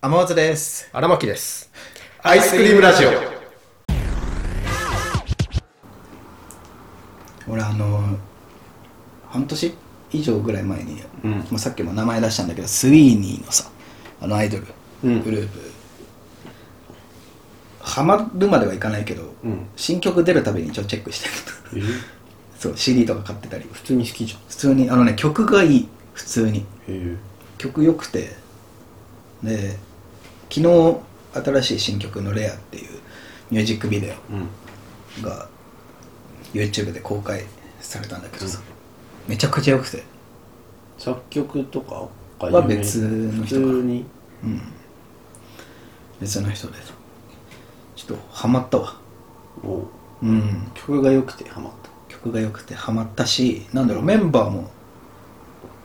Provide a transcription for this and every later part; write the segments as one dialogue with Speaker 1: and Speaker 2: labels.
Speaker 1: 天松です
Speaker 2: 荒牧です。
Speaker 1: アイスクリームラジオ俺あの半年以上ぐらい前に、
Speaker 2: うん
Speaker 1: まあ、さっきも名前出したんだけどスウィーニーのさあのアイドル、
Speaker 2: うん
Speaker 1: グループハマるまではいかないけど、
Speaker 2: うん
Speaker 1: 新曲出るたびに一応チェックしてる そう CD とか買ってたり
Speaker 2: 普通に好きじゃん。
Speaker 1: 普通にあのね曲がいい普通に
Speaker 2: へ
Speaker 1: 曲良くてで昨日新しい新曲の「レアっていうミュージックビデ
Speaker 2: え。うん。
Speaker 1: オが YouTube で公開されたんだけどさ、めちゃくちゃ良くて
Speaker 2: 作曲とかが有名
Speaker 1: は別の人か
Speaker 2: 普通に。
Speaker 1: 別の人でさちょっとハマったわ
Speaker 2: お
Speaker 1: うん
Speaker 2: 曲が良くてハマった。
Speaker 1: 曲が良くてハマったしなんだろうメンバーも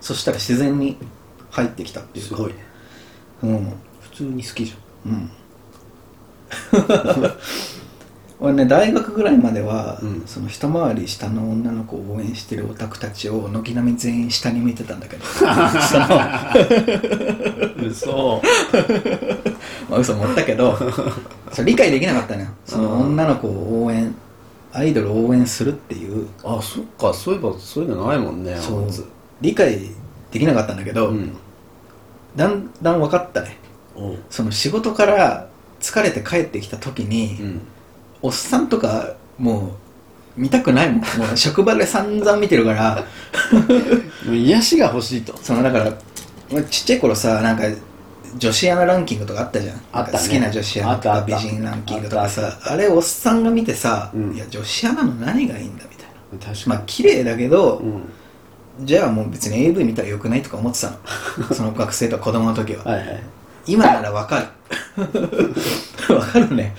Speaker 1: そしたら自然に入ってきたっていう
Speaker 2: す
Speaker 1: か
Speaker 2: ごいね。
Speaker 1: うん
Speaker 2: 普通に好きじ
Speaker 1: うん 俺ね大学ぐらいまでは、
Speaker 2: うん
Speaker 1: その一回り下の女の子を応援してるオタクたちを軒並み全員下に見てたん だけど下の
Speaker 2: ゃん。嘘。
Speaker 1: まあ嘘持ったけど それ理解できなかったのよその女の子を応援アイドルを応援するっていう
Speaker 2: あ、そっか。そういえばそういうのないもんね。
Speaker 1: そう
Speaker 2: あいつ
Speaker 1: 理解できなかったんだけど、
Speaker 2: うん。
Speaker 1: だんだん分かったね
Speaker 2: おう。
Speaker 1: その仕事から疲れて帰ってきた時に、
Speaker 2: うん。
Speaker 1: おっさんとかもう見たくないもんもう職場で散々見てるから
Speaker 2: もう癒しが欲しいと。
Speaker 1: そのだから俺ちっちゃい頃さなんか女子アナランキングとかあったじゃん
Speaker 2: あったね
Speaker 1: なんか好きな女子アナと
Speaker 2: あ
Speaker 1: か
Speaker 2: った
Speaker 1: 美
Speaker 2: あった
Speaker 1: 人ランキングとか
Speaker 2: あっ
Speaker 1: さあれおっさんが見てさ、
Speaker 2: うん
Speaker 1: いや女子アナの何がいいんだみたいな
Speaker 2: 確
Speaker 1: まあ
Speaker 2: か
Speaker 1: 綺麗だけど、
Speaker 2: に。うん。
Speaker 1: じゃあもう別に AV 見たらよくないとか思ってた のその学生とか子供の時は
Speaker 2: はいはい。
Speaker 1: 今ならわかる わかるね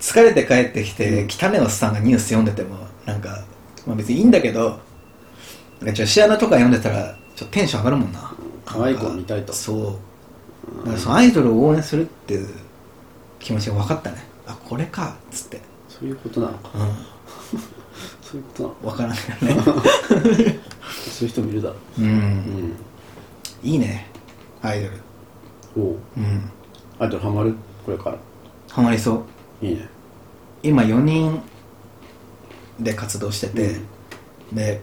Speaker 1: 疲れて帰ってきて汚ねおっさんがニュース読んでてもなんか、まあ、別にいいんだけどなんか女子アナとか読んでたらちょっとテンション上がるもんな
Speaker 2: 可愛い子見たいと
Speaker 1: そうだからそのアイドルを応援するっていう気持ちが分かったねあこれかっつって
Speaker 2: そういうことなのか。
Speaker 1: う
Speaker 2: そういうことな
Speaker 1: ん
Speaker 2: のか。
Speaker 1: 分からんよね
Speaker 2: そういう人もいるだろ
Speaker 1: う
Speaker 2: う。うんん。
Speaker 1: いいねアイドル
Speaker 2: おう。
Speaker 1: うん
Speaker 2: アイドルハマるこれから。
Speaker 1: ハマりそう
Speaker 2: いいね。
Speaker 1: 今4人で活動してて、で、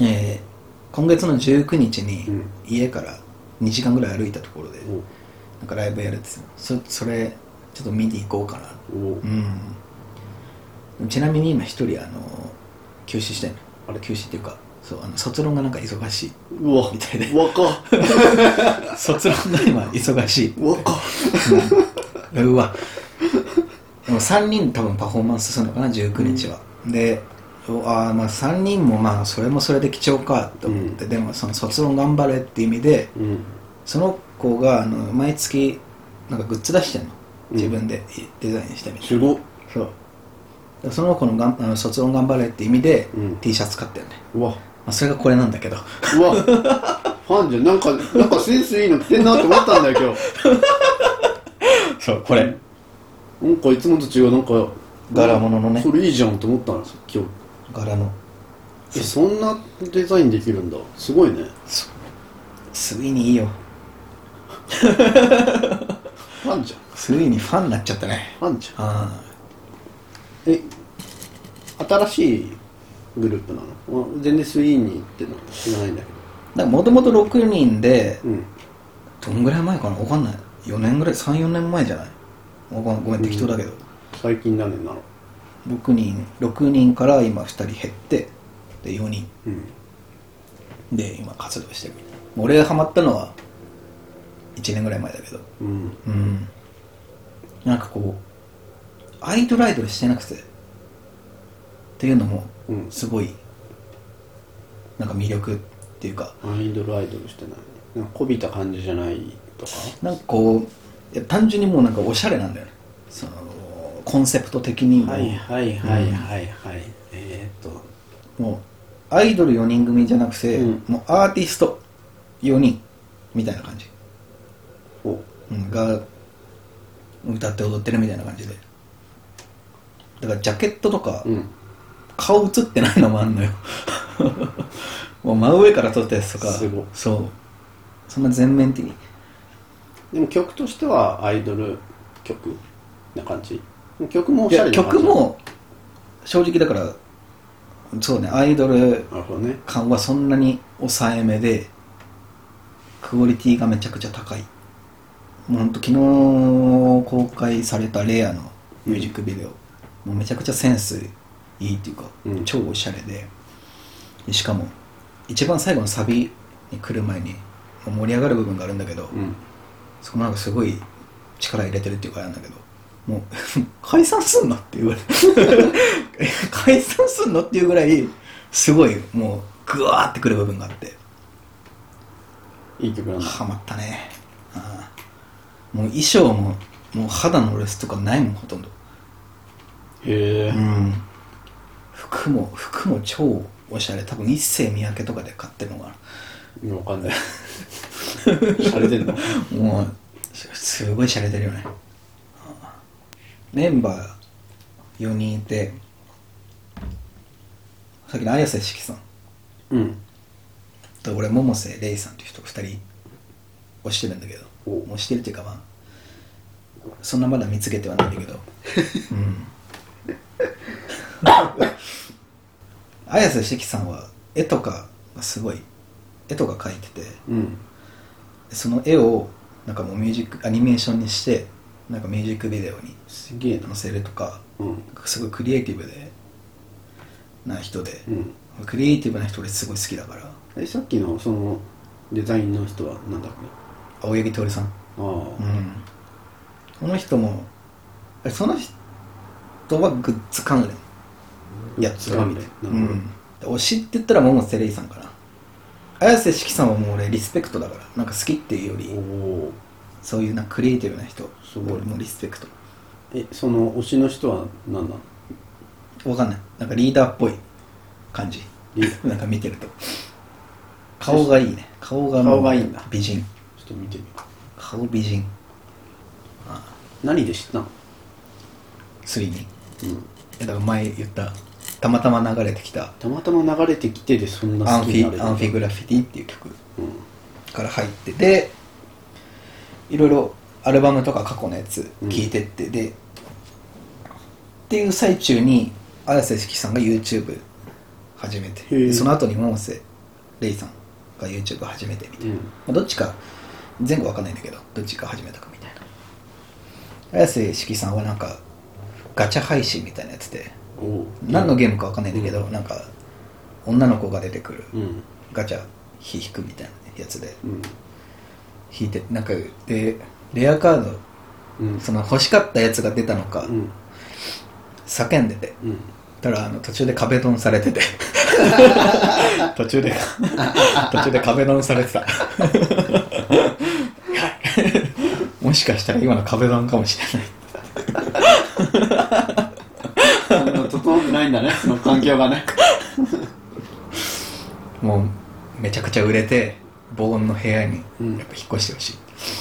Speaker 1: えー今月の19日
Speaker 2: う
Speaker 1: に
Speaker 2: ん
Speaker 1: 家から2時間ぐらい歩いたところで
Speaker 2: おう。
Speaker 1: なんかライブやるって言ってたそそれちょっと見に行こうかな
Speaker 2: おう
Speaker 1: う。んちなみに今一人あの休止してんの
Speaker 2: あれ
Speaker 1: 休止っていうかそうあの卒論がなんか忙し いう
Speaker 2: わ
Speaker 1: みたいで
Speaker 2: 若っ
Speaker 1: 卒論が 今忙しい
Speaker 2: 若っ
Speaker 1: うわでも3人多分パフォーマンスするのかな19日は、でああまあ3人もまあそれもそれで貴重かと思って、でもその卒論頑張れって意味で
Speaker 2: うん
Speaker 1: その子があの毎月なんかグッズ出してんの
Speaker 2: うん
Speaker 1: 自分でデザインしてみて、
Speaker 2: すごっ
Speaker 1: そうでその子のがんあの卒論頑張れって意味で、
Speaker 2: うん
Speaker 1: T シャツ買ったよね、
Speaker 2: うわ
Speaker 1: まあ、それがこれなんだけど
Speaker 2: うわファンじゃんなんかなんかセンスいいの着てんなって思ったんだよ今日
Speaker 1: そうこれ、
Speaker 2: なんかいつもと違うなんか
Speaker 1: 柄物のね
Speaker 2: それいいじゃんと思ったんです今
Speaker 1: 柄の
Speaker 2: 日えそんなデザインできるんだすごいね
Speaker 1: スウィニーいいよ
Speaker 2: ファンじゃん
Speaker 1: スウィニーファンになっちゃったね
Speaker 2: ファンじゃん
Speaker 1: あ
Speaker 2: え新しいグループなのあ全然スイーニーってのは知らないんだけ
Speaker 1: あもともと6人で
Speaker 2: どうん
Speaker 1: どんぐらい前かなわかんない4年ぐらい34年前じゃないわかんごめん適当だけど、
Speaker 2: 最近だねなの
Speaker 1: 6人6人から今2人減ってで4人
Speaker 2: うん
Speaker 1: で今活動してる俺がハマったのは1年ぐらい前だけど
Speaker 2: うん
Speaker 1: うんなんかこうアイドルアイドルしてなくてっていうのも
Speaker 2: うん
Speaker 1: すごいなんか魅力っていうか
Speaker 2: アイドルアイドルしてないなんかこびた感じじゃないとか
Speaker 1: なんかこういや単純にもうなんかおしゃれなんだよねそのコンセプト的にも、
Speaker 2: はいはいはいはいはい、えー、っと
Speaker 1: もうアイドル4人組じゃなくて、
Speaker 2: うん
Speaker 1: もうアーティスト4人みたいな感じ、
Speaker 2: お
Speaker 1: うん、が歌って踊ってるみたいな感じでだからジャケットとか、
Speaker 2: うん
Speaker 1: 顔映ってないのもあんのよ もう真上から撮ったやつとか
Speaker 2: すごい
Speaker 1: そうそんな全面的に
Speaker 2: でも曲としてはアイドル曲な感じ曲も
Speaker 1: い
Speaker 2: おしゃ
Speaker 1: や
Speaker 2: れな感じ
Speaker 1: 曲も正直だからそうねアイドル
Speaker 2: なるほどね
Speaker 1: 感はそんなに抑えめでクオリティがめちゃくちゃ高いもうほんと昨日公開されたレアのミュージックビデオ、もうめちゃくちゃセンスいいっていうか、
Speaker 2: うん
Speaker 1: 超おしゃれでしかも一番最後のサビに来る前にもう盛り上がる部分があるんだけど、
Speaker 2: うん
Speaker 1: そこなんかすごい力入れてるっていうかあれなんだけどもう 解散すんのって言われて 解散すんのっていうぐらいすごいもうグワーってくる部分があって
Speaker 2: いい曲なんだ
Speaker 1: ハマったねああもう衣装ももう肌のレスとかないもんほとんど
Speaker 2: へえ
Speaker 1: うん服も服も超おしゃれ多分一世三宅とかで買ってるのかな
Speaker 2: 今わかんないしゃれてんの
Speaker 1: もうすすごい洒落てるよねメンバー4人いてさっきの綾瀬しきさん
Speaker 2: うん
Speaker 1: と俺百瀬レイさんっていう人2人推してるんだけど
Speaker 2: お
Speaker 1: 推してるっていうかまあそんなまだ見つけてはないんだけどうん 綾瀬しきさんは絵とかがすごい絵とか描いてて
Speaker 2: うん
Speaker 1: その絵をなんかもうミュージックアニメーションにしてなんかミュージックビデオに
Speaker 2: すげえな
Speaker 1: 載せるとか
Speaker 2: うん
Speaker 1: なんかすごいクリエイティブでな人で、
Speaker 2: うん
Speaker 1: クリエイティブな人俺すごい好きだから
Speaker 2: えさっきのそのデザインの人はなんだっけ
Speaker 1: 青柳徹さん
Speaker 2: あ
Speaker 1: う
Speaker 2: あ
Speaker 1: んこの人もあれその人はグッズ関連
Speaker 2: い
Speaker 1: やつがみたいな、
Speaker 2: なるほど
Speaker 1: で推しって言ったら桃瀬レイさんかな綾瀬しきさんはもう俺リスペクトだからなんか好きっていうより
Speaker 2: おお
Speaker 1: そういうなクリエイティブな人
Speaker 2: すごい
Speaker 1: 俺もリスペクト
Speaker 2: えその推しの人は何なの
Speaker 1: わかんないなんかリーダーっぽい感じ
Speaker 2: リー
Speaker 1: なんか見てると顔がいいね顔がもう
Speaker 2: 顔がいいんだ
Speaker 1: 美人
Speaker 2: ちょっと見てみよ
Speaker 1: 顔美人
Speaker 2: う何で知ったの
Speaker 1: ついにい
Speaker 2: うん
Speaker 1: やだから前言ったたまたま流れてきた
Speaker 2: たまたま流れてきてでそんな
Speaker 1: アン
Speaker 2: 好
Speaker 1: フ
Speaker 2: きにな
Speaker 1: ィ
Speaker 2: れる
Speaker 1: アンフィグラフィティっていう曲
Speaker 2: うん
Speaker 1: から入ってでいろいろアルバムとか過去のやつ聞いてって、でっていう最中に綾瀬しきさんが YouTube 始めて
Speaker 2: へえ
Speaker 1: でその後に百瀬レイさんが YouTube 始めてみたいな
Speaker 2: うん
Speaker 1: まあどっちか前後わかんないんだけどどっちか始めたかみたいな綾瀬しきさんはなんかガチャ配信みたいなやつで
Speaker 2: おう
Speaker 1: 何のゲームかわかんないんだけど、
Speaker 2: う
Speaker 1: なんか女の子が出てくる
Speaker 2: うん
Speaker 1: ガチャ引くみたいなやつで
Speaker 2: うん
Speaker 1: 引いてなんかでレアカード
Speaker 2: うん
Speaker 1: その欲しかったやつが出たのか
Speaker 2: うん
Speaker 1: 叫んでて
Speaker 2: うん
Speaker 1: たらあの途中で壁ドンされて て途中で 途中で壁ドンされてた もしかしたら今の壁ドンかもしれない
Speaker 2: あの整ってないんだね その環境がね
Speaker 1: もうめちゃくちゃ売れて防音の部屋にやっぱ
Speaker 2: うん
Speaker 1: 引っ越してほしい、
Speaker 2: 引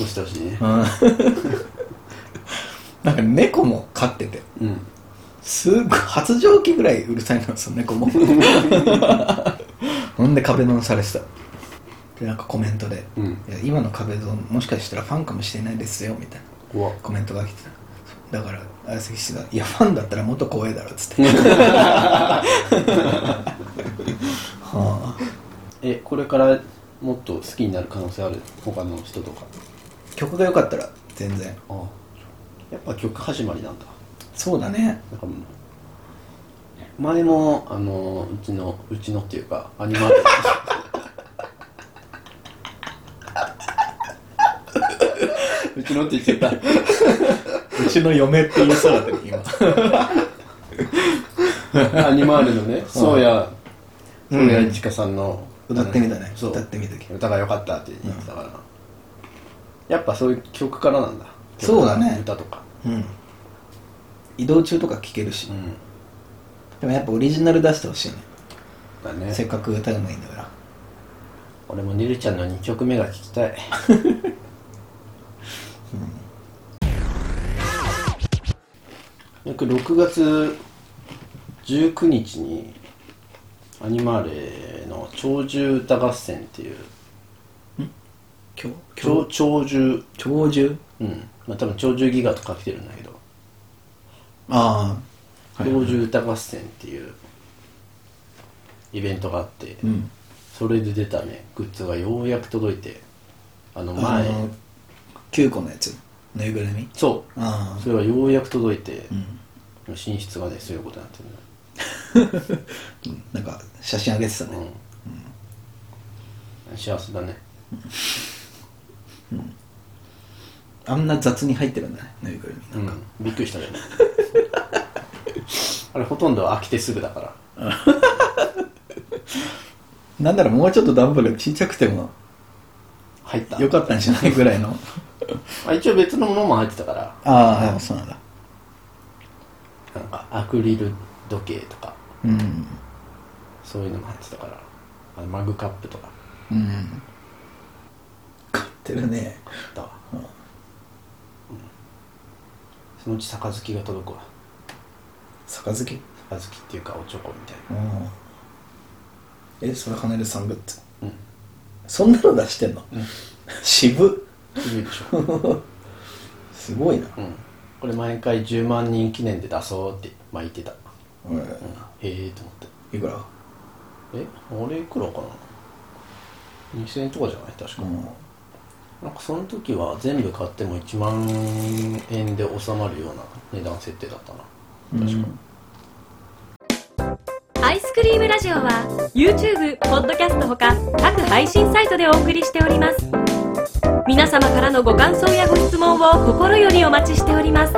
Speaker 2: っ越してほしいね
Speaker 1: うん なんか猫も飼ってて
Speaker 2: うん
Speaker 1: すごい発情期ぐらいうるさいのその猫も ほんで壁ドンされてたでなんかコメントで
Speaker 2: うん
Speaker 1: いや今の壁ドンもしかしたらファンかもしれないですよみたい
Speaker 2: 怖っ
Speaker 1: なコメントが来てただから相席氏が「いやファンだったらもっと怖いだろ」っ つってはあ
Speaker 2: えこれからもっと好きになる可能性ある他の人とか
Speaker 1: 曲が良かったら全然
Speaker 2: あやっぱ曲始まりなんだ
Speaker 1: そうだね
Speaker 2: なんかもう前もあのうちのうちのっていうかアニマル うちのって言っちゃった
Speaker 1: うちの嫁って言いそうだった今
Speaker 2: アニマールのね、そうや、そうやいちかさんの
Speaker 1: 歌ってみたね
Speaker 2: そう
Speaker 1: 歌ってみた時
Speaker 2: 歌が良かったって言ってたから、やっぱそういう曲からなんだ。
Speaker 1: そうだね
Speaker 2: 歌とか。
Speaker 1: うん移動中とか聴けるし
Speaker 2: うん。
Speaker 1: でもやっぱオリジナル出してほしいね
Speaker 2: だね
Speaker 1: せ。っかく歌うまいんだから
Speaker 2: 俺もねるちゃんの2曲目が聴きたい。約6月19日にアニマーレの「鳥獣歌合戦」っていう
Speaker 1: 今日
Speaker 2: 鳥鳥獣
Speaker 1: 鳥獣
Speaker 2: うんまあ多分鳥獣ギガとか来てるんだけど
Speaker 1: ああ
Speaker 2: 鳥獣歌合戦っていうイベントがあって、
Speaker 1: うん
Speaker 2: それで出たねグッズがようやく届いてあの
Speaker 1: あ
Speaker 2: 前
Speaker 1: の9個のやつぬいぐるみ
Speaker 2: そう
Speaker 1: ああ
Speaker 2: それがようやく届いて
Speaker 1: う、ん
Speaker 2: 寝室がねそういうことになって
Speaker 1: うんなんか写真あげてた
Speaker 2: るの、
Speaker 1: ね
Speaker 2: うん、幸せだね
Speaker 1: あんな雑に入ってるんだねぬいぐるみ
Speaker 2: うんびっくりしたね あれほとんど飽きてすぐだから
Speaker 1: なんならもうちょっと段ボールちっちゃくても
Speaker 2: 入った
Speaker 1: よかったんじゃないぐらいの
Speaker 2: あ一応別のものも入ってたから
Speaker 1: ああそうなんだ
Speaker 2: なんかアクリル時計とか
Speaker 1: うん
Speaker 2: そういうのも入ってたからあのマグカップとか
Speaker 1: うん買ってるね
Speaker 2: あったわ、
Speaker 1: う
Speaker 2: うんんそのうち杯が届くわ
Speaker 1: 杯
Speaker 2: 杯っていうかおちょこみたいな
Speaker 1: うんえそれカネルさんグッズ
Speaker 2: うん
Speaker 1: そんなの出してんの、
Speaker 2: うん
Speaker 1: 渋
Speaker 2: いいでしょ、うん、
Speaker 1: すごいな、
Speaker 2: これ毎回10万人記念で出そうって、まあ、言ってた、
Speaker 1: うん
Speaker 2: うん、へえと思って
Speaker 1: いくら
Speaker 2: え俺いくらかな2000円とかじゃない確か、
Speaker 1: うん
Speaker 2: なんかその時は全部買っても1万円で収まるような値段設定だったな
Speaker 1: 確
Speaker 3: アイスクリームラジオは YouTube、ポッドキャストほか各配信サイトでお送りしております皆様からのご感想やご質問を心よりお待ちしております